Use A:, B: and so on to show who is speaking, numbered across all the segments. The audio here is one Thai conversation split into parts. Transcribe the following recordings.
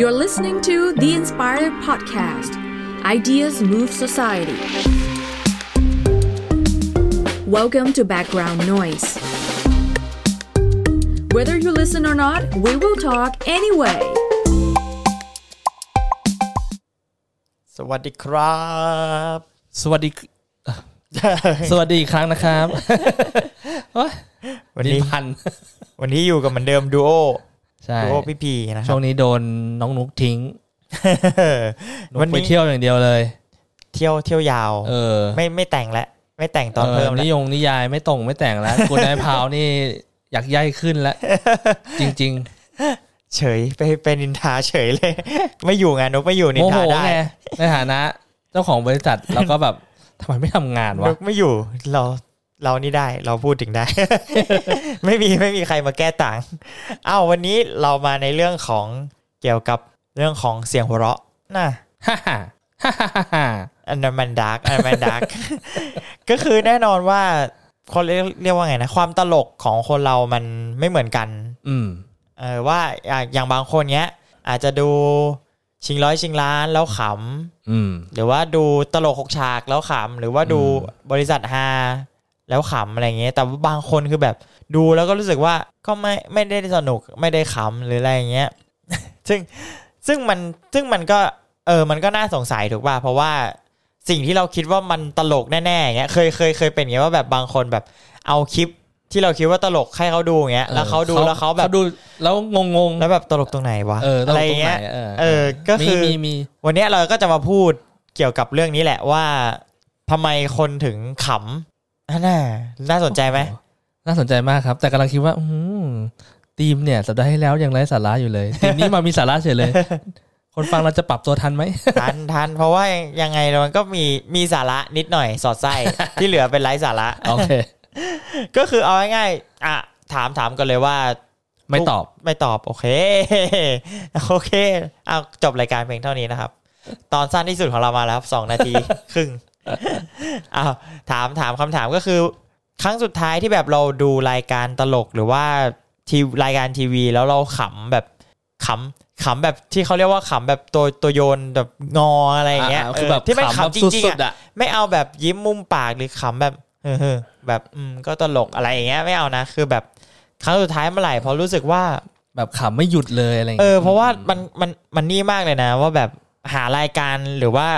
A: You're listening to The Inspired Podcast Ideas Move Society. Welcome to Background Noise. Whether you listen or not, we will talk anyway.
B: สวัสดีครับ
C: สวัส ดี สวัสดีอีกครั้งนะครับ
B: วัน
C: ดิน
B: นี้
C: พัน
B: วันนี้อยู่กับเหมือนเดิมดูโอ
C: ใช่
B: ดูโอพี่พีนะค
C: ช่
B: รั
C: ว
B: บ
C: งนี้โดนน้องนุกทิ้งนุก
B: วัน
C: ไป
B: นี้
C: เที่ยวอย่างเดียวเลย
B: เที่ยวเที่ยวยาว
C: เออ
B: ไม่ไม่แต่งแล้วไม่แต่งตอนเพิ่มแล้
C: นิ
B: วย
C: งนิยายไม่ตรงไม่แต่งแล้วคุณนายพาวนี่อยากย่ายขึ้น แล้ว จริง
B: เฉยไปไปนินทาเฉยเลย ไม่อยู่ไงนุกไม่อยู่
C: ๆ
B: นิ
C: โม
B: น
C: โห
B: ทาได้
C: ไงในฐานะ เจ้าของบริษัท เราก็แบบทำไมไม่ทำงานวะ
B: นุกไม่อยู่เราเรานี่ได้เราพูดถึงได้ ไม่มีไม่มีใครมาแก้ต่างอ้าววันนี้เรามาในเรื่องของเกี่ยวกับเรื่องของเสียงหัวเราะน่ะ
C: ฮ่าฮ่าฮ่าฮ่าฮ่า
B: อันนั้นมันดาร์กอันนั้นมันดาร์ก ก็คือแน่นอนว่าคนเรียกเรียกว่าไงนะ ความตลกของคนเรามันไม่เหมือนกัน
C: อืม
B: เออว่าอ่ะอย่างบางคนเนี้ย อาจจะดูชิงร้อยชิงล้านแล้วข
C: อืม
B: ำหรือว่าดูตลกหกฉากแล้วขำหรือว่าดู
C: อืม
B: บริษัทฮาแล้วขำอะไรอย่างเงี้ยแต่ว่าบางคนคือแบบดูแล้วก็รู้สึกว่าก็ไม่ไม่ได้สนุกไม่ได้ขำหรืออะไรอย่างเงี้ย ซึ่งซึ่งมันซึ่งมันก็เออมันก็น่าสงสัยถูกป่ะเพราะว่าสิ่งที่เราคิดว่ามันตลกแน่ๆอย่างเงี้ยเคยเคยเคยเป็นอย่างเงี้ยว่าแบบบางคนแบบเอาคลิปที่เราคิดว่าตลกให้เขาดูอย่างเงี้ยแล้วเขาดูแล้วเขาแบบ
C: ดูแล้วงงงๆ
B: แล้วแบบตลกตรงไหนวะ
C: เออต
B: อะ
C: ล
B: ไร
C: กต
B: อ
C: ร
B: ย่างง
C: ไหน
B: เงี้ย
C: เออ
B: เออก็คือ
C: มีมีมี
B: วันเนี้ยเราก็จะมาพูดเกี่ยวกับเรื่องนี้แหละว่าทำไมคนถึงขำอันน่าน่าสนใจไหม
C: น่าสนใจมากครับ แต่กำลังคิดว่าอืมทีมเนี่ยสัปดาห์ที่แล้วยังไร้สาระอยู่เลยทีมนี้มามีสาระเฉยเลย คนฟังเราจะปรับตัวทันไหม
B: ทันทันเพราะว่ายังไงมันก็มีมีสาระนิดหน่อยสอดไส้ ที่เหลือเป็นไร้สาระ
C: โอเค
B: ก็คือเอาง่ายๆอ่ะถามถามกันเลยว่า
C: ไม่ตอบ
B: ไม่ตอบโอเค โอเคเอาจบรายการเพียงเท่านี้นะครับ ตอนสั้นที่สุดของเรามาแล้วสองนาที ครึ่ง เอาถามถามคำถามก็คือ ครั้งสุดท้ายที่แบบเราดูรายการตลกหรือว่าทีรายการทีวีแล้วเราขำแบบขำขำแบบที่เขาเรียกว่าขำแบบตัวตัวโยนแบบงออะไรอย่างเงี้ย
C: อ่าคือแบบ
B: เที่ไม่
C: ขำแบบ
B: ขำจริง
C: สุด
B: ๆ
C: ๆ
B: อ่ะ
C: อะ
B: ไม่เอาแบบยิ้มมุมปากหรือขำแบบเฮ้อๆแบบอืมก็ตลกอะไรอย่างเงี้ยไม่เอานะคือแบบครั้งสุดท้ายเมื่อไหร่เพอรู้สึกว่า
C: แบบขำไม่หยุดเลยอะไรย่ง
B: เอ
C: งี้ย
B: อเพราะว่ามันมันมันนี่มากเลยนะ ว่าแบบหารายการหรือว่า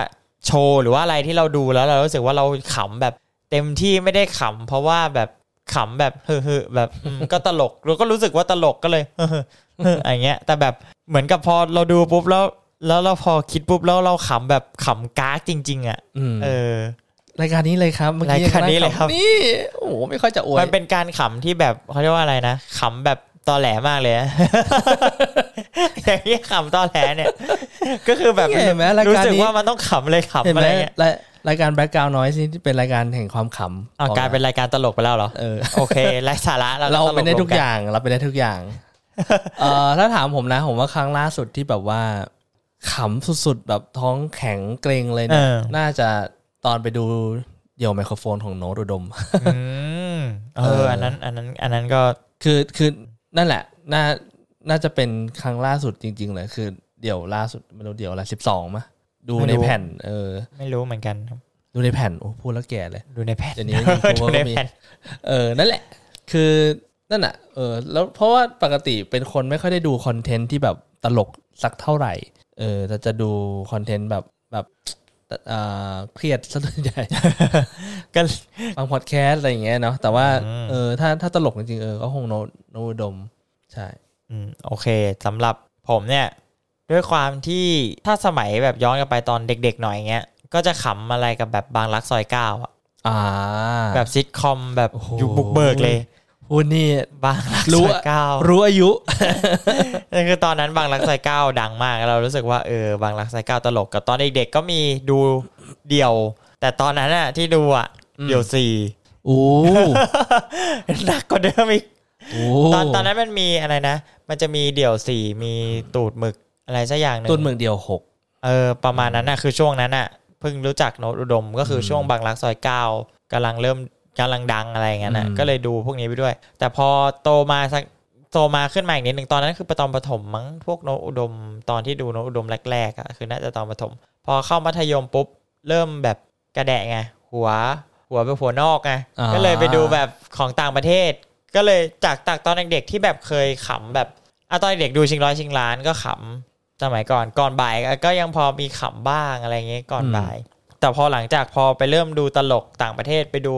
B: โชว์หรือว่าอะไรที่เราดูแล้วเรารู้สึกว่าเราขำแบบเต็มที่ไม่ได้ขำเพราะว่าแบบขำแบบเฮ้อๆแบบอืม ก็ตลกเราก็รู้สึกว่าตลกก็เลย เฮ้อๆเฮ้ออะไรเงี้ย แต่แบบเหมือนกับพอเราดูปุ๊บแล้ว แล้วเราพอคิดปุ๊บแล้วเราขำแบบขำก้ากจริง ๆ อ่ะ
C: อืม
B: เออ
C: รายการนี้เลยครับเมื่อกี้
B: รายการนี้เลยครับ
C: นี่โอ้โหไม่ค่อยจะอวย
B: มันเป็นการขำที่แบบเขาเรียกว่าอะไรนะขำแบบตอแหลมากเลยอะ อย่างนี้ขำตอแหลเนี่ย ก็คือแบบ
C: เห็นไหมราย
B: รู้
C: การ
B: สึก
C: นี้
B: ว่ามันต้องขำเลย
C: เห็น
B: ขำอะ
C: ไหม
B: ไรเงี้ย
C: รายรายการแบ็กกราวน์น้อยที่เป็นรายการแห่งความขำ
B: อาวกลายเป็นรายการตลกไปแล้วเหรอ
C: เออ
B: โอเคไร้สาระเรา
C: เรา
B: ตล
C: เป็นได้ทุก
B: รวมน
C: อย่างเราเป็นได้ทุกอย่าง เอ่อถ้าถามผมนะ ผมว่าครั้งล่าสุดที่แบบว่าขำสุดๆ แบบท้องแข็งเกรงเลย
B: เอ
C: นะ
B: อ
C: น่าจะตอนไปดูเดี่ยวไมโครโฟนของโน้ตอุดม
B: อืมเอออันนั้นอันนั้นอันนั้นก็
C: คือคือนั่นแหละ น่าน่าจะเป็นครั้งล่าสุดจริง ๆ เลยคือเดี่ยวล่าสุดไม่รู้เดี่ยวอะไรสิบสองมะดูในแผ่น เออ
B: ไม่รู้เหมือนกันครับ
C: ดูในแผ่นโอ้พูดแล้วแก่เลย
B: ดูในแผ่น
C: เดี๋ยวนี้ YouTuber
B: ดูใน
C: ก็มี
B: แผ่น
C: เออ นั่นแหละ คือนั่นอ่ะ เออ แล้วเพราะว่าปกติเป็นคนไม่ค่อยได้ดูคอนเทนต์ที่แบบตลกสักเท่าไหร่ เออแต่จะดูคอนเทนต์แบบแบบเอ่อเครียดซะส่วนใหญ่
B: ก็
C: ฟังพอดแคสต์อะไรอย่างเงี้ยเนาะ แต่ว่า
B: อืม
C: เออ ถ้าถ้าตลกจริงๆ เออ ก็คงโนโนอุดม ใช่
B: อืมโอเคสำหรับผมเนี่ย ด้วยความที่ถ้าสมัยแบบย้อนกลับไปตอนเด็ก ๆ หน่อยเงี้ย ก็จะขำอะไรกับแบบบางรักซอยเก้าอะ
C: อ่า
B: แบบซิทคอมแบบ
C: โอ้โห
B: ยุคบุกเบิกเลย
C: พูดนี่
B: บางรัก
C: รู้
B: ซอ
C: อะ
B: ยเก้า
C: รู้อายุ
B: นั่นคือตอนนั้นบางรักสายเก้าดังมาก เรารู้สึกว่าเออบางรักสายเก้าตลกกับตอนเด็กๆก็มีดูเดี่ยว แต่ตอนนั้นอะที่ดูอะ
C: อืม
B: เดี่ยวสี่
C: โอ้
B: หนักกว่าเดิมอีก
C: โอ้
B: ตอนตอนนั้นมันมีอะไรนะ มันจะมีเดี่ยวสี่มีตูดหมึกอะไรสักอย่างหนึ่ง
C: ต้นเมืองเดียวหก
B: เออประมาณนั้นอะคือช่วงนั้นอะเพิ่งรู้จักโนตอุดมก็คืออ
C: ม
B: ช่วงบางรักซอยเก้ากำลังเริ่มกำลังดังอะไรอย่างเงี้ยนะ
C: อืม
B: ก็เลยดูพวกนี้ไปด้วย แต่พอโตมาสัก โตมาขึ้นมาอีกนิดหนึ่งตอนนั้นคือประตอนประถมมั้งพวกโนอุดม ตอนที่ดูโนอุดมแรกๆอะคือน่าจะตอนประถม พอเข้ามัธยมปุ๊บ เริ่มแบบกระแดะไง หัวหัวไปหัวนอกไง
C: อ่า
B: ก็เลยไปดูแบบของต่างประเทศ ก็เลยจากจากตอนเด็กๆที่แบบเคยขำแบบอะตอนเด็กๆดูชิงร้อยชิงล้านก็ขำสมัยก่อนก่อนบ่ายก็ก็ยังพอมีขำบ้างอะไรอย่างเงี้ยก่อนบ่าย แต่พอหลังจากพอไปเริ่มดูตลกต่างประเทศไปดู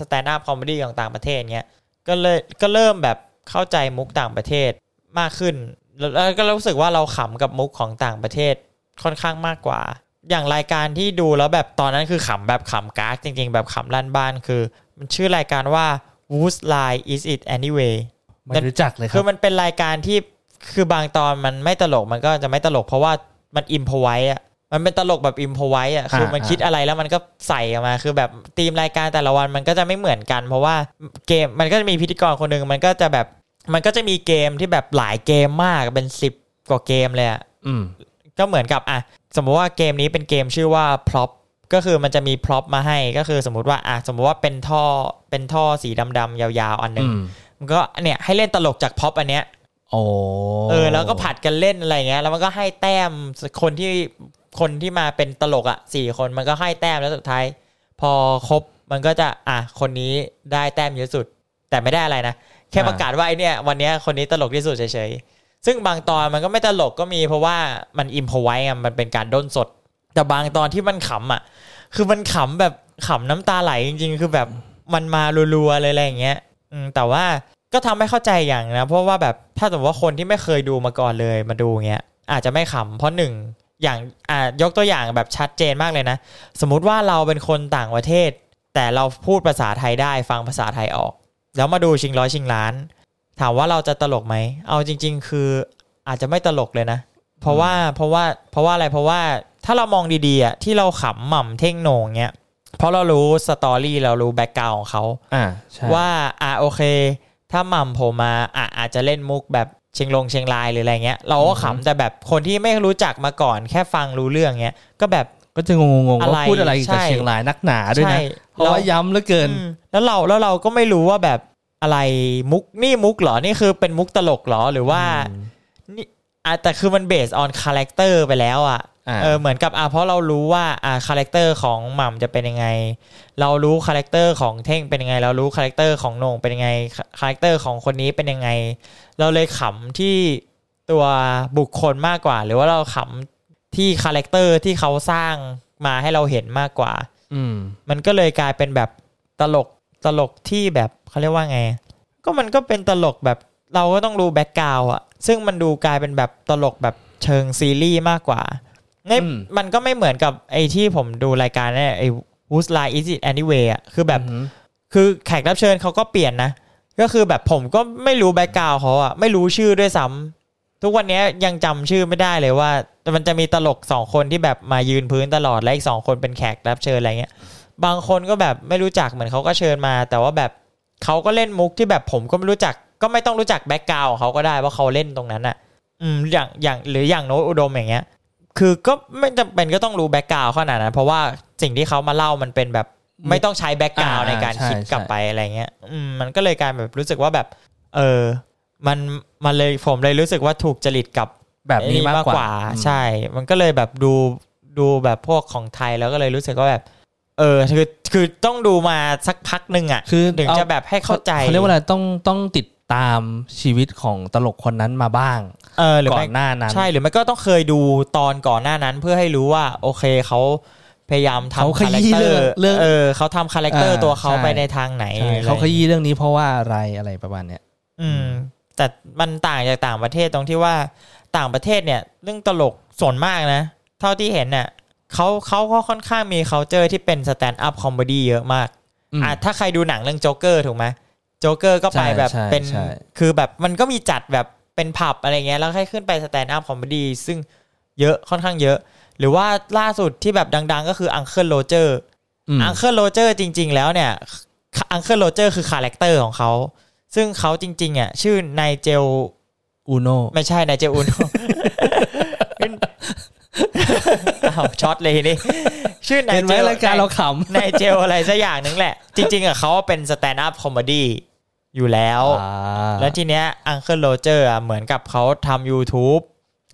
B: สแตนด์อัพคอมเมดี้ของต่างประเทศเงี้ย ก็เลยก็เริ่มแบบเข้าใจมุกต่างประเทศมากขึ้น แล้วแล้วก็รู้สึกว่าเราขำกับมุกของต่างประเทศค่อนข้างมากกว่า อย่างรายการที่ดูแล้วแบบตอนนั้นคือขำแบบขำกากจริง ๆ แบบขำลั่นบ้านคือ มันชื่อรายการว่า Whose Line Is It Anyway
C: ไม่รู้จักเลยครั
B: คื
C: บ
B: อมันเป็นรายการที่คือบางตอนมันไม่ตลกมันก็จะไม่ตลกเพราะว่ามันอิมพอไว้อะมันเป็นตลกแบบอิมพอไว้อะคือมัน
C: อ่า
B: คิดอะไรแล้วมันก็ใส่ออกมา คือแบบธีมรายการแต่ละวันมันก็จะไม่เหมือนกัน เพราะว่าเกมมันก็จะมีพิธีกรคนหนึ่งมันก็จะแบบมันก็จะมีเกมที่แบบหลายเกมมากเป็นสิบกว่าเกมเลยอะ
C: อืม
B: ก็เหมือนกับอ่ะสมมติว่าเกมนี้เป็นเกมชื่อว่าพร็อพก็คือมันจะมีพร็อพมาให้ก็คือสมมติว่าอ่ะสมมติว่าเป็นท่อเป็นท่อสีดำๆยาวๆ อันหนึ่
C: อื
B: ง
C: ม
B: มันก็เนี่ยให้เล่นตลกจากพร็อพอันเนี้ย
C: โอ้
B: เออแล้วก็ผัดกันเล่นอะไรเงี้ยแล้วมันก็ให้แต้มคนที่คนที่มาเป็นตลกอ่ะสี่คนมันก็ให้แต้มแล้วสุดท้าย พอครบมันก็จะอ่ะคนนี้ได้แต้มเยอะสุด แต่ไม่ได้อะไรนะ แค่ประกาศว่าไอเนี่ยวันเนี้ยคนนี้ตลกที่สุดเฉยๆ ซึ่งบางตอนมันก็ไม่ตลกก็มีเพราะว่ามันอิมพอไว้อะมันเป็นการด้นสด แต่บางตอนที่มันขำอ่ะ คือมันขำแบบขำน้ำตาไหลจริงๆ คือแบบมันมารัวๆเลยอะไรอย่างเงี้ยอืมแต่ว่าก็ทำให้เข้าใจอย่างนะ เพราะว่าแบบถ้าสมมติว่าคนที่ไม่เคยดูมาก่อนเลยมาดูเงี้ยอาจจะไม่ขำเพราะหนึ่งอย่างอ่ายกตัวอย่างแบบชัดเจนมากเลยนะ สมมุติว่าเราเป็นคนต่างประเทศ แต่เราพูดภาษาไทยได้ฟังภาษาไทยออก แล้วมาดูชิงร้อยชิงล้าน ถามว่าเราจะตลกไหม เอาจริง ๆ คืออาจจะไม่ตลกเลยนะ เพราะว่าเพราะว่าเพราะว่าอะไรเพราะว่าถ้าเรามองดีๆอ่ะที่เราขำหม่ำเท่งโหนงเนี้ยเพราะเรารู้สตอรี่เรารู้แบ็กกราวของเขา
C: อ่าใช่
B: ว่าอ่ะโอเค ถ้าหม่ำโผมมาอ่ะอาจจะเล่นมุกแบบเชียงลงเชียงรายหรืออะไรเงี้ย เราก็ขำแต่แบบคนที่ไม่รู้จักมาก่อน แค่ฟังรู้เรื่องเงี้ยก็แบบ
C: ก็จะงงๆ
B: อะไร
C: ว่าพูดอะไรเกี่ยวกับ
B: ใช่
C: เชียงรายนักหนาด้วยนะ เพราะว่าย้ำเหลือเกิน
B: อืมแล้วเราแล้วเราก็ไม่รู้ว่าแบบอะไรมุกนี่มุกเหรอ นี่คือเป็นมุกตลกเหรอหรือว่า
C: อืม
B: นี่อ่ะแต่คือมันเบสออนคาแรคเตอร์ไปแล้วอ่ะ
C: อ่า
B: เออเหมือนกับอ่ะเพราะเรารู้ว่าอ่ะคาแรคเตอร์ของหม่ำจะเป็นยังไง เรารู้คาแรคเตอร์ของเท่งเป็นยังไง เรารู้คาแรคเตอร์ของโหน่งเป็นยังไงคาแรคเตอร์ของคนนี้เป็นยังไง เราเลยขำที่ตัวบุคคลมากกว่า หรือว่าเราขำที่คาแรคเตอร์ที่เขาสร้างมาให้เราเห็นมากกว่า
C: อืม
B: มันก็เลยกลายเป็นแบบตลกตลกที่แบบเขาเรียกว่าไง ก็มันก็เป็นตลกแบบเราก็ต้องรู้แบ็กกราวอะซึ่งมันดูกลายเป็นแบบตลกแบบเชิงซีรีส์มากกว่าใน
C: อืม
B: มันก็ไม่เหมือนกับไอ้ที่ผมดูรายการเนี่ยไอ้ Who's Line Is It Anyway อะคือแบบ
C: อืม
B: คือแขกรับเชิญเขาก็เปลี่ยนนะ ก็คือแบบผมก็ไม่รู้แบ็กกราวเขาอะไม่รู้ชื่อด้วยซ้ำทุกวันนี้ยังจำชื่อไม่ได้เลยว่า มันจะมีตลกสองคนที่แบบมายืนพื้นตลอดและอีกสองคนเป็นแขกรับเชิญอะไรเงี้ย บางคนก็แบบไม่รู้จักเหมือนเขาก็เชิญมา แต่ว่าแบบเขาก็เล่นมุกที่แบบผมก็ไม่รู้จัก ก็ไม่ต้องรู้จักแบ็กกราวของเขาก็ได้ว่าเขาเล่นตรงนั้นอะอืมอย่างอย่างหรืออย่างโนตอุดมอย่างเงี้ย คือก็ไม่จำเป็นก็ต้องรู้แบ็กกราวขนาดนั้นเพราะว่าสิ่งที่เขามาเล่ามันเป็นแบบไม่ต้องใช้แบ็กกราว
C: อ่า
B: ในการ
C: ใช่
B: คิดกลับ
C: ใช่
B: ไปอะไรเงี้ยอืมมันก็เลยกลายแบบรู้สึกว่าแบบ เออ มันมันเลยผมเลยรู้สึกว่าถูกจริตกับ
C: แบบนี้มากกว่าอืม
B: ใช่ มันก็เลยแบบดูดูแบบพวกของไทยแล้วก็เลยรู้สึกว่าแบบ เออคือคือต้องดูมาสักพักหนึ่งอ่ะ
C: คือ
B: ถึง
C: เอา
B: จะแบบให้เข้าใจ
C: เขาเรียกว่าอะไรต้องต้องติดตามชีวิตของตลกคนนั้นมาบ้าง
B: เออหรือ
C: ก่อ
B: ไม่
C: นหน้านั้น
B: ใช่หรือไม่ก็ต้องเคยดูตอนก่อนหน้านั้นเพื่อให้รู้ว่า โอเคเขาพยายาม
C: เขา
B: ทำ
C: ข
B: คาแรค
C: ยี้
B: เตอ
C: เรื่อง
B: ร์
C: เรื่อง
B: เออเขาทำคาแรคเตอร์
C: อ่า
B: ตัวเขา
C: ใช่
B: ไปในทางไหน
C: ใช่
B: อะไร
C: เขาขยี้เรื่องนี้เพราะว่าอะไรอะไรประมาณเนี้ย
B: อืม แต่มันต่างจากต่างประเทศตรงที่ว่าต่างประเทศเนี่ย เรื่องตลกส่วนมากนะ เท่าที่เห็นเนี่ยเขาเขาก็ค่อนข้างมี c u เจอที่เป็นสแตนด์อัพคอมเมดี้เยอะมาก อ่ะถ้าใครดูหนังเรื่องโจ๊กเกอร์ถูกไหมโจ๊กเกอร์ก็ไป
C: ใช่
B: แบบ
C: ใช่
B: เป็น
C: ใช่
B: คือแบบมันก็มีจัดแบบเป็นผับอะไรเงี้ยแล้วให้ขึ้นไปสแตนด์อัพคอมเมดี้ซึ่งเยอะค่อนข้างเยอะ หรือว่าล่าสุดที่แบบดัง ๆ ก็คืออังเคิลโรเจอร์
C: อืม
B: อังเคิลโรเจอร์จริง ๆ แล้วเนี่ยอังเคิลโรเจอร์คือคาแรคเตอร์ของเขา ซึ่งเขาจริง ๆอ่ะชื่อนายเจล
C: อูโน
B: ไม่ใช่นายเจลอุน อ้าวช็อตเลยทีนี่ชื่อนาย
C: เห็นไห
B: เจ
C: ม
B: ล
C: รายการเราข
B: นายเจลอะไรสักอย่างหนึงแหละ จริงๆอะเขาเป็นสแตนด์อัพคอมเมดี้ อยู่แล้ว
C: อ่า
B: แล้วทีเนี้ยอังเคิลโรเจอร์เหมือนกับเขาทำ YouTube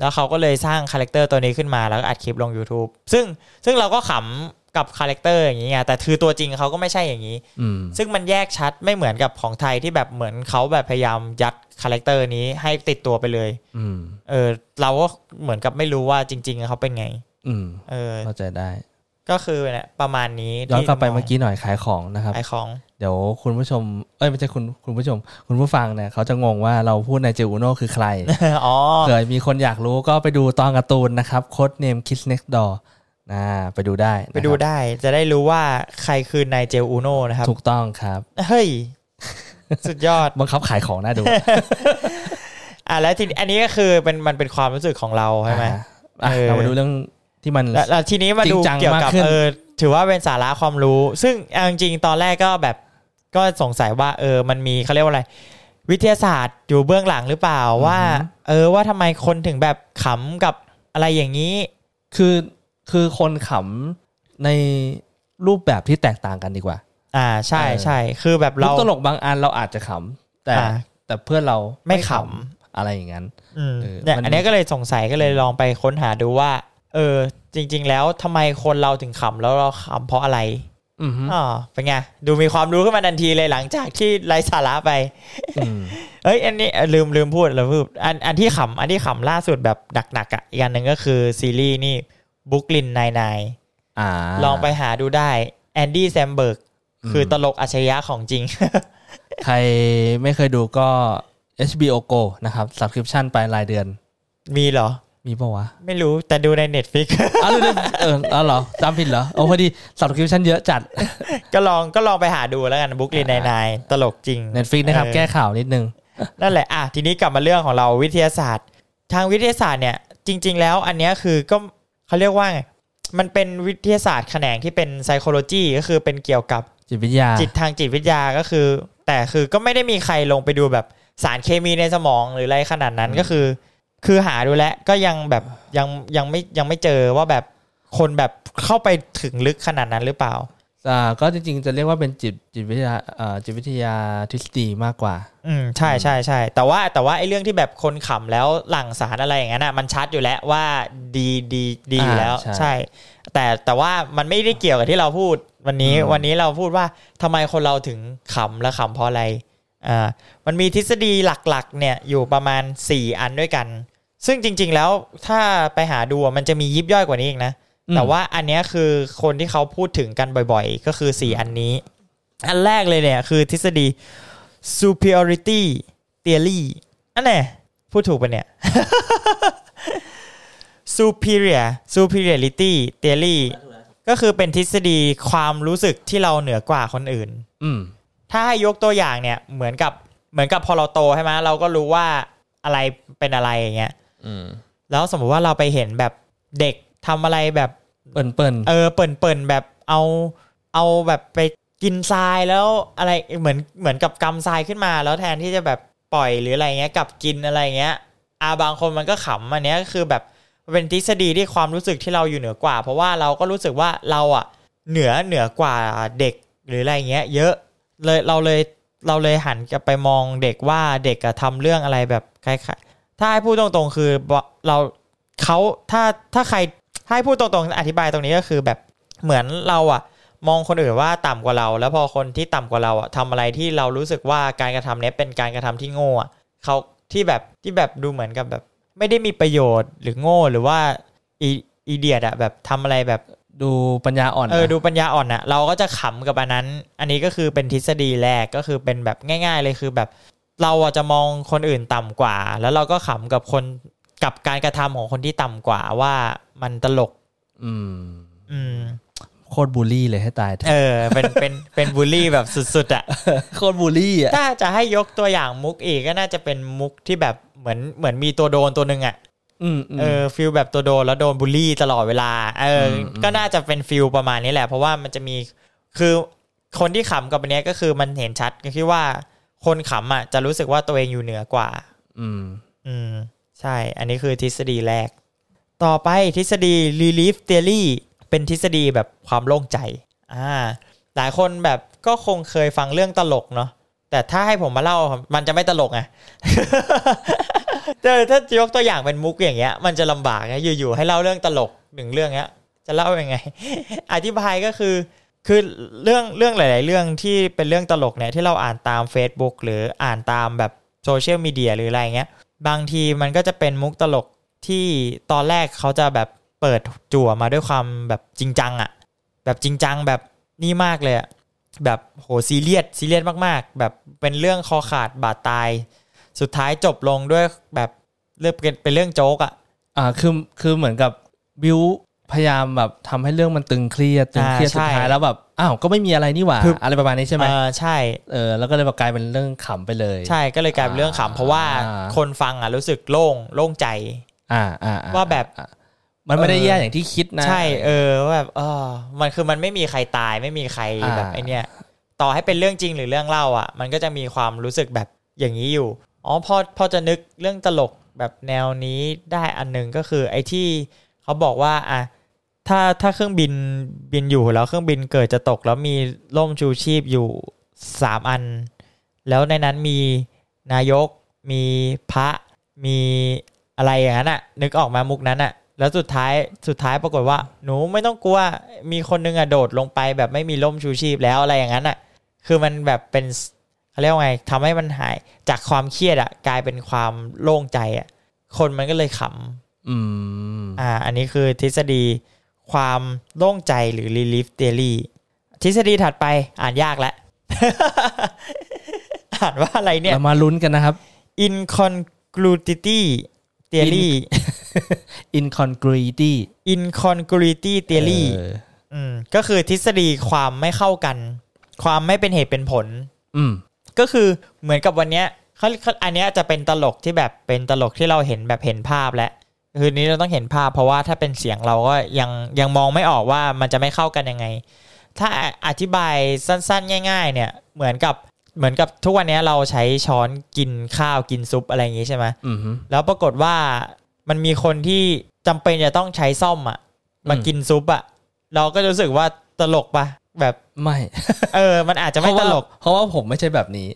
B: แล้วเขาก็เลยสร้างคาแรคเตอร์ตัวนี้ขึ้นมาแล้วก็อัดคลิปลง YouTube ซึ่งซึ่งเราก็ขำกับคาแรคเตอร์อย่างนี้ไงแต่คือตัวจริงเขาก็ไม่ใช่อย่างนี้
C: อืม
B: ซึ่งมันแยกชัดไม่เหมือนกับของไทยที่แบบเหมือนเขาแบบพยายามยัดคาแรคเตอร์นี้ให้ติดตัวไปเลย
C: อืม
B: เออเราก็เหมือนกับไม่รู้ว่าจริง ๆ เขาเป็นไง
C: อืม
B: เออ
C: เข้าใจได้
B: ก็คือเนี่ยประมาณนี้
C: ย้อนกลับไป
B: ที่
C: เมื่อกี้หน่อยขายของนะครับ
B: ขายของ
C: เดี๋ยวคุณผู้ชม เอ้ยไม่ใช่คุณคุณผู้ชม คุณผู้ฟังเนี่ยเขาจะงงว่าเราพูดในายเจอูโน่คือใค ร
B: อ๋อ
C: เกิดมีคนอยากรู้ก็ไปดูตอนการ์ตูนนะครับโค้ดเนมคิสเน็กดอนะไปดูได้นะครับ
B: ไปดูได้จะได้รู้ว่าใครคือนายเจลอูโน่นะครับ
C: ถูกต้องครับ
B: เฮ้ย สุดยอด
C: บังคับขายของน่าดู
B: อ่ะแล้วทีนี้อันนี้ก็คือเป็นมันเป็นความรู้สึกของเรา ใช่ไหม
C: อ่ะอ่ะ
B: เออ
C: เรามาดูเรื่องที่มัน
B: แล้วแล้วทีนี้มาดู
C: จริงจัง
B: เกี่ยวกับ
C: มากขึ้น
B: เออถือว่าเป็นสาระความรู้ ซึ่งเอาจริงๆตอนแรกก็แบบก็สงสัยว่า เออ มันมีเขาเรียกว่าอะไร วิทยาศาสตร์อยู่เบื้องหลังหรือเปล่าว่า เออว่าทำไมคนถึงแบบขำกับอะไรอย่างนี้
C: คือคือคนขำในรูปแบบที่แตกต่างกันดีกว่า
B: อ่าใช่ใช่คือแบบ
C: ลู
B: เรา
C: กตลกบางอันเราอาจจะขำแต่
B: อ่ะ
C: แต่เพื่อนเรา
B: ไม่ข
C: อะไรอย่างนั้น
B: อืม
C: เออ
B: เนี่ย
C: มัน
B: อันเนี้ยก็เลยสงสัยก็เลยลองไปค้นหาดูว่า เออ จริง ๆ แล้วทำไมคนเราถึงขำแล้วเราขำเพราะอะไร
C: อือฮึ
B: อ๋อเป็นไง ดูมีความรู้ขึ้นมาทันทีเลยหลังจากที่ไร้สาระไป
C: อืม
B: เอ้ย อันนี้เอ่อลืมลืมพูดแล้วพูดอันอันที่ขำอันที่ขำล่าสุดแบบหนักๆอ่ะอีกอันหนึ่งก็คือซีรีส์นี่บุคลินนายนาย
C: อ่า
B: ลองไปหาดูได้แอนดี้แซมเบิร์ก
C: อืม
B: คือตลกอัจฉริยะของจ ริง
C: ใครไม่เคยดูก็ HBO Go นะครับ subscription ไปรายเดือน
B: มีเหรอ
C: มีปะวะ
B: ไม่รู้แต่ดูใน Netflix
C: อ้าวเดี๋ยวเออเอาเหรอจำผิดเหรอโอ้พอดี subscription เยอะจัด
B: ก็ลองก็ลองไปหาดูแล้วกันบุคลินนายนายตลกจริง
C: Netflix นะครับ
B: เออ
C: แก้ข่าวนิดนึง
B: นั่นแหละ อ่ะ ทีนี้กลับมาเรื่องของเราวิทยาศาสตร์ ทางวิทยาศาสตร์เนี่ย จริง ๆ แล้วอันเนี้ยคือก็เขาเรียกว่าไง มันเป็นวิทยาศาสตร์แขนงที่เป็น psychology ก็คือเป็นเกี่ยวกับ
C: จิตวิทยา
B: จิตทางจิตวิทยาก็คือ แต่คือก็ไม่ได้มีใครลงไปดูแบบสารเคมีในสมองหรืออะไรขนาดนั้นก็คือ คือหาดูแล้วก็ยังแบบยังยังไม่ยังไม่เจอว่าแบบคนแบบเข้าไปถึงลึกขนาดนั้นหรือเปล่า
C: อ่าก็จริงๆ จะเรียกว่าเป็นจิตจิตวิทยาเอ่อจิตวิทยาทฤษฎีมากกว่า
B: อืมใช่ใช่ใช่แต่ว่าแต่ว่าไอ้เรื่องที่แบบคนขำแล้วหลั่งสารอะไรอย่างนั้นอ่ะมันชัดอยู่แล้วว่าดีดีดีอยู่แล้ว
C: อ่าใช่
B: ใช่ แต่แต่ว่ามันไม่ได้เกี่ยวกับที่เราพูดวันนี้
C: อืม
B: วันนี้เราพูดว่าทำไมคนเราถึงขำและขำเพราะอะไรอ่ามันมีทฤษฎีหลักๆ เนี่ยอยู่ประมาณ 4 อันด้วยกัน ซึ่งจริง ๆ แล้วถ้าไปหาดูอ่ะมันจะมียิบย่อยกว่านี้อีกนะ แต่ว่าอันเนี้ยคือคนที่เขาพูดถึงกันบ่อย ๆ ก็คือ 4 อันนี้ อันแรกเลยเนี่ยคือทฤษฎี superiority theory อันไหนพูดถูกปะเนี่ย superior superiority theory ก็คือเป็นทฤษฎีความรู้สึกที่เราเหนือกว่าคนอื่น
C: อืม
B: ถ้าให้ยกตัวอย่างเนี่ยเหมือนกับเหมือนกับพอเราโตใช่ไหมเราก็รู้ว่าอะไรเป็นอะไรอย่างเงี้ย
C: อืม
B: แล้วสมมติว่าเราไปเห็นแบบเด็กทำอะไรแบบ
C: เปิ่นเปิ่น
B: เออเปิ่นเปิ่นแบบเอาเอาแบบไปกินทรายแล้วอะไรเหมือนเหมือนกับกำทรายขึ้นมา แล้วแทนที่จะแบบปล่อยหรืออะไรเงี้ยกลับกินอะไรเงี้ยอาบางคนมันก็ขำอันเนี้ยก็คือแบบมันเป็นทฤษฎีที่ความรู้สึกที่เราอยู่เหนือกว่า เพราะว่าเราก็รู้สึกว่าเราอ่ะเหนือเหนือกว่าเด็กหรืออะไรเงี้ย เยอะเลยเราเลยเราเลยหันกลับไปมองเด็กว่าเด็กอะทำเรื่องอะไรแบบคล้ายๆถ้าให้พูดตรงๆคือเราเขาถ้าถ้าใคร ถ้าให้พูดตรงๆอธิบายตรงนี้ก็คือแบบเหมือนเราอะมองคนอื่นว่าต่ำกว่าเรา แล้วพอคนที่ต่ำกว่าเราอะทำอะไรที่เรารู้สึกว่าการกระทำเนี้ยเป็นการกระทำที่โง่อะเขาที่แบบที่แบบดูเหมือนกับแบบ ไม่ได้มีประโยชน์หรือโง่หรือว่าอีอีเดียดอะแบบทำอะไรแบบ
C: ดูปัญญาอ่อน
B: เออ
C: นะ
B: ดูปัญญาอ่อนอะเราก็จะขำกับอันนั้น อันนี้ก็คือเป็นทฤษฎีแรกก็คือเป็นแบบง่าย ๆ เลยคือแบบ เราอะจะมองคนอื่นต่ำกว่า แล้วเราก็ขำกับคนกับการกระทำของคนที่ต่ำกว่าว่ามันตลก
C: อืม
B: อืม
C: โคตรบูลลี่เลยให้ตายเถอะ
B: เออ เป็น เป็น เป็นบูลลี่แบบสุดๆอะ
C: โคตรบูลลี่อ่ะ
B: ถ้าจะให้ยกตัวอย่างมุกอีกก็น่าจะเป็นมุกที่แบบเหมือน เหมือนมีตัวโดนตัวหนึ่งอะ
C: อืมอืม
B: เออ ฟิลแบบตัวโดนแล้วโดนบูลลี่ตลอดเวลา เออ
C: อืมอืม
B: ก็น่าจะเป็นฟิลประมาณนี้แหละ เพราะว่ามันจะมี คือ คนที่ขำกับอันเนี้ยก็คือมันเห็นชัดก็คือว่า คนขำอะจะรู้สึกว่าตัวเองอยู่เหนือกว่า
C: อืม
B: อืม ใช่ อันนี้คือทฤษฎีแรก ต่อไปทฤษฎี relief theory เป็นทฤษฎีแบบความโล่งใจ อ่า หลายคนแบบก็คงเคยฟังเรื่องตลกเนาะ แต่ถ้าให้ผมมาเล่ามันจะไม่ตลกไง แต่ถ้ายกตัวอย่างเป็นมุกอย่างเงี้ย มันจะลำบากไงอยู่ๆให้เล่าเรื่องตลกหนึ่งเรื่องเงี้ย จะเล่ายังไง อธิบายก็คือ คือเรื่องเรื่องหลาย ๆ เรื่องที่เป็นเรื่องตลกเนี่ยที่เราอ่านตาม Facebook หรืออ่านตามแบบโซเชียลมีเดียหรืออะไรเงี้ย บางทีมันก็จะเป็นมุกตลกที่ตอนแรกเขาจะแบบเปิดจั่วมาด้วยความแบบจริงจังอะแบบจริงจังแบบนี่มากเลยอะแบบโหซีเรียสซีเรียสมากๆ แบบเป็นเรื่องคอขาดบาดตาย สุดท้ายจบลงด้วยแบบเรื่องเป็นเป็นเรื่องโจ๊กอะ
C: อ่าคือคือเหมือนกับบิวพยายามแบบทำให้เรื่องมันตึงเครียดตึงเครียด
B: อ่า
C: สุดท้าย
B: ใช่
C: แล้วแบบอ้าวก็ไม่มีอะไรนี่หว่า
B: คือ
C: อะไรประมาณนี้ใช่ไหม
B: เออใช่
C: เออแล้วก็เลยแบบกลายเป็นเรื่องขำไปเลย
B: ใช่ก็เลยกลายเป็นเรื่องขำเพราะว่า
C: อ่า
B: คนฟังอ่ะรู้สึกโล่งโล่งใจ
C: อ่าอ่าอ่
B: ว่าแบบ
C: อ่ะมันไม่ได้
B: เออ
C: แย่อย่างที่คิดนะ
B: ใช่เออว่าแบบเออมันคือมันไม่มีใครตายไม่มีใคร
C: อ่า
B: แบบไอเนี้ยต่อให้เป็นเรื่องจริงหรือเรื่องเล่าอ่ะ มันก็จะมีความรู้สึกแบบอย่างนี้อยู่อ๋อพอพอจะนึกเรื่องตลกแบบแนวนี้ได้อันหนึ่งก็คือไอ้ที่เขาบอกว่าอ่ะถ้าถ้าเครื่องบินบินอยู่แล้วเครื่องบินเกิดจะตกแล้วมีร่มชูชีพอยู่สามอัน แล้วในนั้นมีนายกมีพระมีอะไรอย่างนั้นอ่ะ นึกออกมามุกนั้นอ่ะ แล้วสุดท้ายสุดท้ายปรากฏว่า หนูไม่ต้องกลัวมีคนนึงอ่ะโดดลงไปแบบไม่มีร่มชูชีพแล้วอะไรอย่างนั้นอ่ะ คือมันแบบเป็นเขาเรียกว่าไงทำให้มันหายจากความเครียดอ่ะกลายเป็นความโล่งใจอ่ะคนมันก็เลยข
C: อืม
B: ำอ่า อันนี้คือทฤษฎีความโล่งใจหรือ relief theory ทฤษฎีถัดไปอ่านยากแล้ว อ่านว่าอะไรเนี่ย
C: เรามาลุ้นกันนะครับ
B: incongruity theory
C: incongruity
B: incongruity theory
C: เออ
B: อืมก็คือทฤษฎีความไม่เข้ากัน ความไม่เป็นเหตุเป็นผล
C: อืม
B: ก็คือเหมือนกับวันเนี้ยเขาเขาอันเนี้ยจะเป็นตลกที่แบบเป็นตลกที่เราเห็นแบบเห็นภาพแล้วคืนนี้เราต้องเห็นภาพ เพราะว่าถ้าเป็นเสียงเราก็ยังยังมองไม่ออกว่ามันจะไม่เข้ากันยังไง ถ้าอธิบายสั้นๆ ง่าย ๆ เนี่ยเหมือนกับเหมือนกับทุกวันเนี้ยเราใช้ช้อนกินข้าวกินซุปอะไรอย่างงี้ใช่ไหม
C: อืม
B: แล้วปรากฏว่ามันมีคนที่จำเป็นจะต้องใช้ซ่อมอะ่ะมา
C: อืม
B: กินซุปอะ่ะ เราก็จะรู้สึกว่าตลกปะแบบ
C: ไม่
B: เออ มันอาจจะไม่ตลก
C: เพราะว่าเพราะว่าผมไม่ใช่แบบนี้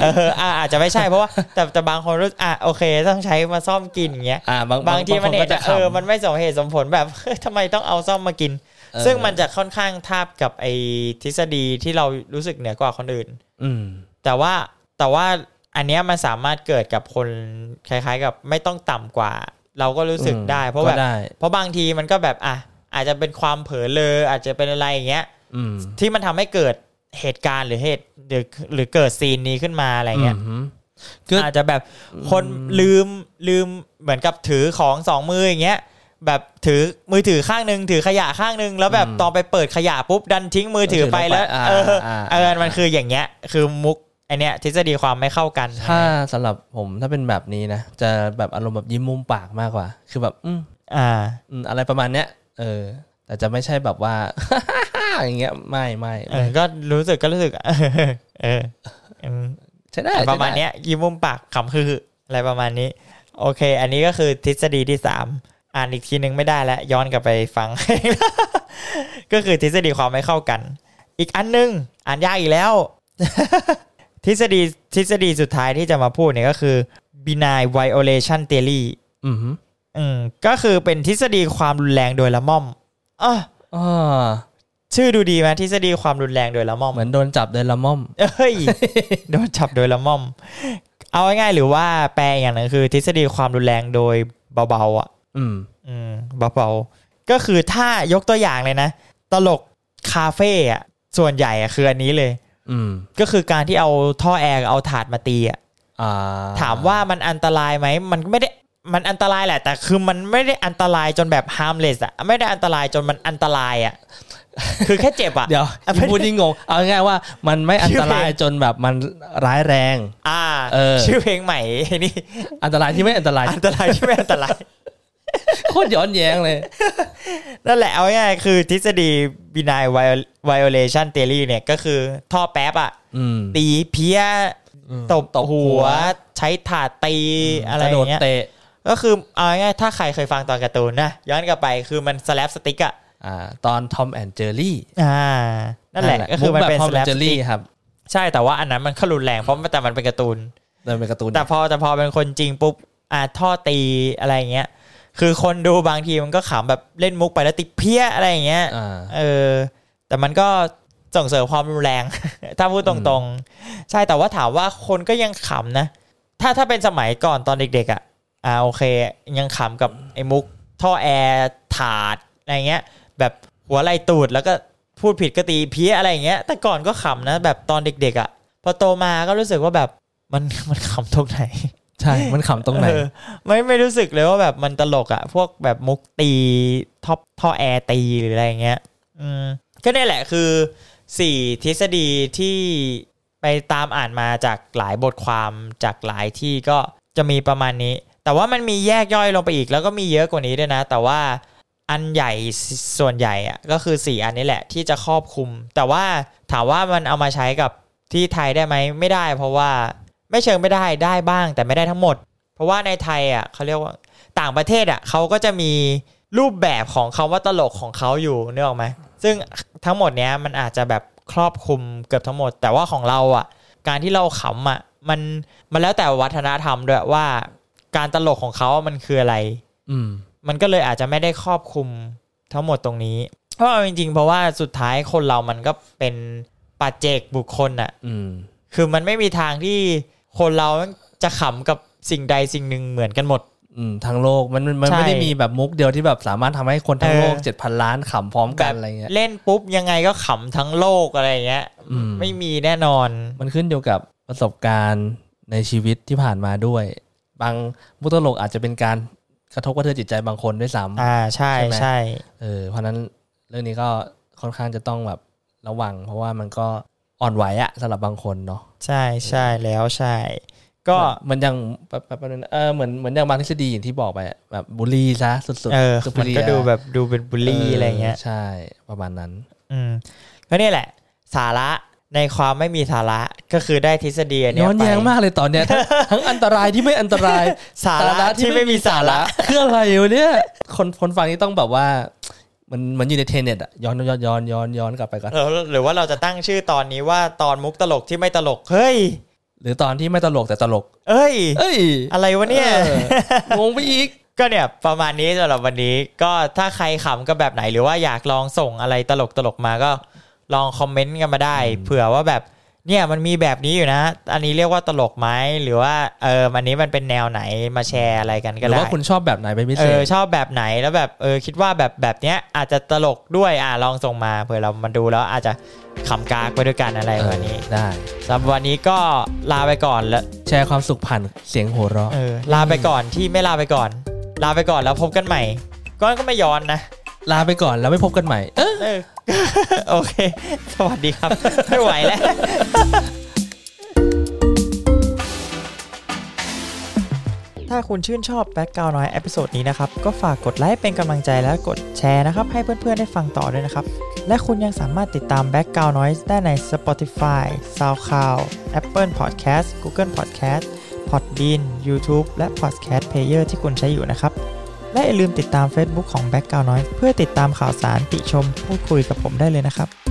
B: เอออ่ะอาจจะไม่ใช่เพราะว่า แต่แต่บางคนรู้อ่ะโอเค ต้องใช้มาซ่อมกินอย่างเงี้ย
C: อ่าบาง
B: บางทีมัน
C: ค
B: เห็น
C: ก็จะ
B: เออ
C: ขำ
B: มันไม่สมเหตุสมผลแบบ เฮ้ยทำไมต้องเอาซ่อมมากิน
C: เออ
B: ซึ่งมันจะค่อนข้างทาบกับไอ้ทฤษฎีที่เรารู้สึกเหนือกว่าคนอื่น
C: อืม
B: แต่ว่าแต่ว่าอันเนี้ยมันสามารถเกิดกับคนคล้ายๆ กับไม่ต้องต่ำกว่า เราก็รู้สึก
C: อืม
B: ได้ เพราะแบบ
C: ก็ได้
B: เพราะบางทีมันก็แบบอ่ะอาจจะเป็นความเผลอเลออาจจะเป็นอะไรอย่างเงี้ย
C: อืม
B: ที่มันทำให้เกิดเหตุการณ์หรือเหตุหรือหรือเกิดซีนนี้ขึ้นมาอะไรเงี้ย
C: อืม คืออ
B: อาจจะแบบคนลืมลืมเหมือนกับถือของสองมืออย่างเงี้ยแบบถือมือถือข้างหนึ่งถือขยะข้างหนึ่งแล้วแบบตอนไปเปิดขยะปุ๊บดันทิ้งมือถือไปแล้ว
C: อ่า
B: เอออา เออมันคืออย่างเงี้ย คือมุกไอเนี้ยทฤษฎีความไม่เข้ากัน
C: ถ้าสำหรับผมถ้าเป็นแบบนี้นะ จะแบบอารมณ์แบบยิ้มมุมปากมากกว่า คือแบบอืม
B: อ่า
C: อืมอะไรประมาณเนี้ยเออ แต่จะไม่ใช่แบบว่า อย่างเงี้ยไม่ไม่
B: เออ ก็รู้สึกก็รู้สึก เออเอออืม
C: ใช่ได้
B: ประมาณ
C: ใช้ได้
B: เนี้ยยิ้มมุมปากขำคืออะไรประมาณนี้ โอเค อันนี้ก็คือทฤษฎีที่สามอ่านอีกทีนึงไม่ได้แล้ว ย้อนกลับไปฟัง ก็คือทฤษฎีความไม่เข้ากัน อีกอันนึง อ่านยากอีกแล้ว ทฤษฎีทฤษฎีสุดท้ายที่จะมาพูดเนี่ยก็คือ benign violation theory
C: อืมฮึ
B: อืมก็คือเป็นทฤษฎีความรุนแรงโดยละม่อมอ่ะ
C: อ๋อ
B: ชื่อดูดีไหมทฤษฎีความรุนแรงโดยละม่อม
C: เหมือนโดนจับโดยละม่อม
B: เอ้ย โดนจับโดยละม่อม เอาง่ายๆหรือว่าแปลอย่างหนึงคือ ทฤษฎีความรุนแรงโดยเบาๆอ่ะ
C: อืม
B: อืมเบาๆก็คือถ้ายกตัวอย่างเลยนะ ตลกคาเฟ่อะส่วนใหญ่อะคืออันนี้เลย
C: อืม
B: ก็คือการที่เอาท่อแอร์เอาถาดมาตีอะ
C: อ่า
B: ถามว่ามันอันตรายไหมมันไม่ได้มันอันตรายแหละ แต่คือมันไม่ได้อันตรายจนแบบ harmless อะไม่ได้อันตรายจนมันอันตรายอะคือแค่เจ็บอะ
C: เดี๋ ยว
B: อ่ะ
C: พูดยิ่งงงเอาง่ายๆว่ามันไม่อันต
B: ชื่
C: ราย
B: อเพลง
C: จนแบบมันร้ายแรง
B: อ่า
C: เออ
B: ชื่อเพลงใหม่ ไอ้นี่
C: อันตรายที่ไม่อันตราย
B: อันตรายที่ไม่อันตราย
C: โคตรย้อนแย้งเลย
B: นั่นแหละเอาง่ายๆคือทฤษฎี benign viol- violation theory เนี่ยก็คือท่อแป๊บอะ
C: อืม
B: ตีเพี้ยตบหัว ใช้ถาดตีอะไร
C: ก
B: อ
C: โดด
B: ย่างเงี้ย
C: เตะ
B: ก็คือเอาง่ายๆถ้าใครเคยฟังตอนการ์ตูนนะ ย้อนกลับไปคือมัน slap stick อะ
C: อ่า ตอนทอมแอนเจอรี่
B: อ่า นั่นแหละก็คือมันเป็น
C: ทอมแอน
B: slap
C: เจอรี่
B: stick
C: ครับ
B: ใช่แต่ว่าอันนั้นมันก็รุนแรงเพราะมันแต่มันเป็นการ์ตูน
C: แต่เป็นการ์ตูน
B: แต่พอแต่พอเป็นคนจริงปุ๊บอ่าท่อตีอะไรอย่างเงี้ย คือคนดูบางทีมันก็ขำแบบเล่นมุกไปแล้วติดเพี้ยอะไรอย่างเงี้ย
C: อ่า
B: เออ แต่มันก็ส่งเสริมความรุนแรง ถ้าพูดตรงๆ ใช่แต่ว่าถามว่าคนก็ยังขำนะ ถ้าถ้าเป็นสมัยก่อนตอนเด็กๆอ่ะอ่าโอเค ยังขำกับไอ้มุก ท่อแอร์ถาดอะไรเงี้ย แบบหัวไหลตูดแล้วก็พูดผิดก็ตีเพี้ยอะไรอย่างเงี้ย แต่ก่อนก็ขำนะ แบบตอนเด็ก ๆ อ่ะ พอโตมาก็รู้สึกว่าแบบมันมันขำตรงไหน
C: ใช่ มันขำตรงไหน
B: เออไม่ไม่รู้สึกเลยว่าแบบมันตลกอะพวกแบบมุกตีท็อปท่อแอร์ตีหรืออะไรเงี้ย อืมก็เนี่ยแหละคือสี่ทฤษฎีที่ไปตามอ่านมาจากหลายบทความจากหลายที่ก็จะมีประมาณนี้ แต่ว่ามันมีแยกย่อยลงไปอีก แล้วก็มีเยอะกว่านี้ด้วยนะ แต่ว่าอันใหญ่ส่วนใหญ่อะก็คือ 4 อันนี้แหละที่จะครอบคลุม แต่ว่าถามว่ามันเอามาใช้กับที่ไทยได้ไหมไม่ได้ เพราะว่าไม่เชิงไม่ได้ได้บ้าง แต่ไม่ได้ทั้งหมด เพราะว่าในไทยอ่ะเขาเรียกว่าต่างประเทศอ่ะเขาก็จะมีรูปแบบของคาว่าตลกของเขาอยู่นึกออกไหมซึ่งทั้งหมดเนี้ยมันอาจจะแบบครอบคลุมเกือบทั้งหมด แต่ว่าของเราอ่ะ การที่เราขำอ่ะมันมันแล้วแต่วัฒนธรรมด้วยว่า การตลกของเขาอะมันคืออะไร
C: อืม
B: มันก็เลยอาจจะไม่ได้ครอบคลุมทั้งหมดตรงนี้ เพราะเอาจริงๆ เพราะว่าสุดท้ายคนเรามันก็เป็นปัจเจกบุคคลอ่ะ
C: อืม
B: คือมันไม่มีทางที่คนเราจะขำกับสิ่งใดสิ่งหนึ่งเหมือนกันหมด
C: อืม ทางโลกมันมันมัน
B: ใช่
C: ไม่ได้มีแบบมุกเดียวที่แบบสามารถทำให้คนทั้งโลก
B: เออ
C: เจ็ดพันล้านขำพร้อม
B: แบ
C: กัน
B: บ
C: อะไรเงี้ย
B: เล่นปุ๊บยังไงก็ขำทั้งโลกอะไรอย่างเงี้ย
C: อืม
B: ไม่มีแน่นอน
C: มันขึ้นอยู่กับประสบการณ์ในชีวิตที่ผ่านมาด้วย บางมุกตลกอาจจะเป็นการกระทบกระเทือนจิตใจบางคนด้วยซ้ำ
B: อ่าใช่
C: ใช่ไหม
B: ใช่
C: เออเพราะฉะนั้นเรื่องนี้ก็ค่อนข้างจะต้องแบบระวัง เพราะว่ามันก็อ่อนไหวอะสำหรับบางคนเนาะ
B: ใช่ใช่แล้วใช่ ก็
C: เหมือนอย่างแป๊บแป๊บแป๊บนึงนะเออเหมือนเหมือนอย่างบางทฤษฎีอย่างที่บอกไปอะแบบบูลลี่ซะสุด
B: เออ
C: สุ
B: มันก็ดูแบบดูเป็นบูลลี่อะไรอย่างเงี้ย
C: ใช่ประมาณนั้น
B: อืมก็เนี่ยแหละ สาระในความไม่มีสาระก็คือได้ทฤษฎีอันเนี้
C: ย้
B: ย
C: อน
B: ไป
C: แย้งมากเลยตอนเนี้ยทั้ง ทั้งอันตรายที่ไม่อันต ราย
B: สาระที่ไม่มีสาระ
C: คืออะไรอยู่เนี่ยคนคนฟังนี่ต้องแบบว่าเหมันเหมันอยู่ในเทเน็ตอะย้อนย้อนย้อนย้อนย้อนกลับไปก่อน
B: หรือว่าเราจะตั้งชื่อตอนนี้ว่าตอนมุกตลกที่ไม่ตลก เฮ้ย
C: หรือตอนที่ไม่ตลกแต่ตลก
B: เอ้ย
C: เอ้ย
B: อะไรวะเนี่ย
C: อองงไปอีก
B: ก็เนี่ยประมาณนี้สำหรับวันนี้ก็ถ้าใครขำก็แบบไหนหรือว่าอยากลองส่งอะไรตลกตลกๆมาก็ลองคอมเมนต์กันมาได้ เผื่อว่าแบบเนี่ยมันมีแบบนี้อยู่นะ อันนี้เรียกว่าตลกไหมหรือว่าเอออันนี้มันเป็นแนวไหนมาแชร์อะไร กัน
C: ห
B: ก็
C: รือ
B: ได้
C: ว่าคุณชอบแบบไหนเป็นพิ
B: เอ
C: เศ
B: อ
C: ษ
B: ชอบแบบไหนแล้วแบบเออคิดว่าแบบแบบเนี้ยอาจจะตลกด้วยอ่ะลองส่งมาเผื่อเรามาดูแล้วอาจจะขำกากไปด้วยกันอะไร
C: เอ
B: แบ
C: อบ
B: นี้
C: ได้
B: สำหรับวันนี้ก็ลาไปก่อนแล้ว
C: แชร์ความสุขผ่านเสียงหัวเราะ
B: เออลาไปก่อนที่ไม่ลาไปก่อน ลาไปก่อนแล้วพบกันใหม่ก็ก็ไม่ย้อนนะ
C: ลาไปก่อนแล้วไม่พบกันใหม่ เออ
B: เออ โอเค สวัสดีครับ ไม่ไหวแล้ว ถ้าคุณชื่นชอบแบ็กกราวน้อย เอพิโซดนี้นะครับ ก็ฝากกดไลค์เป็นกำลังใจและกดแชร์นะครับ ให้เพื่อนๆ ได้ฟังต่อด้วยนะครับ และคุณยังสามารถติดตามแบ็กกราวน้อยได้ใน Spotify, SoundCloud, Apple Podcast, Google Podcast, Podbean, YouTube และ Podcast Player ที่คุณใช้อยู่นะครับ และอย่าลืมติดตาม Facebook ของ Background Noise เพื่อติดตามข่าวสารติชมพูดคุยกับผมได้เลยนะครับ